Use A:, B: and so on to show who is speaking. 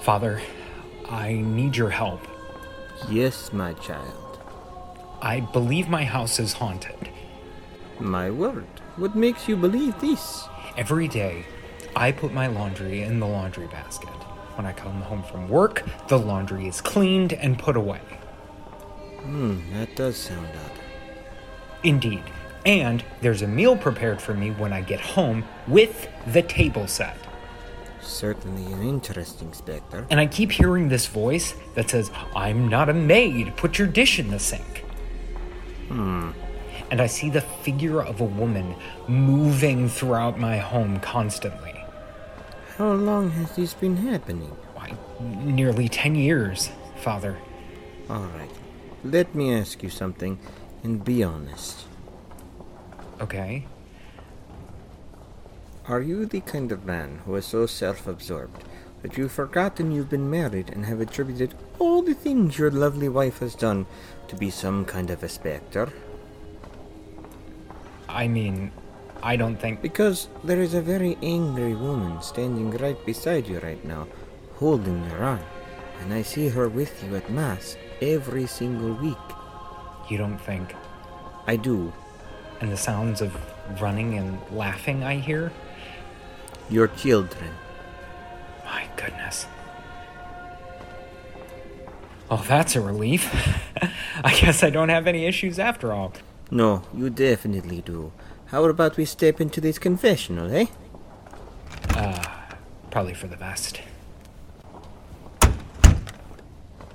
A: Father, I need your help.
B: Yes, my child.
A: I believe my house is haunted.
B: My word. What makes you believe this?
A: Every day, I put my laundry in the laundry basket. When I come home from work, the laundry is cleaned and put away.
B: Hmm, that does sound odd.
A: Indeed. And there's a meal prepared for me when I get home with the table set.
B: Certainly an interesting specter.
A: And I keep hearing this voice that says, I'm not a maid, put your dish in the sink. Hmm. And I see the figure of a woman moving throughout my home constantly.
B: How long has this been happening?
A: Why, nearly 10 years, Father.
B: All right. Let me ask you something and be honest.
A: Okay.
B: Are you the kind of man who is so self absorbed that you've forgotten you've been married and have attributed all the things your lovely wife has done to be some kind of a specter?
A: I mean, I don't think.
B: Because there is a very angry woman standing right beside you right now, holding your arm, and I see her with you at Mass every single week.
A: You don't think.
B: I do.
A: And the sounds of running and laughing I hear?
B: Your children.
A: My goodness. Oh, that's a relief. I guess I don't have any issues after all.
B: No, you definitely do. How about we step into this confessional, eh?
A: Probably for the best.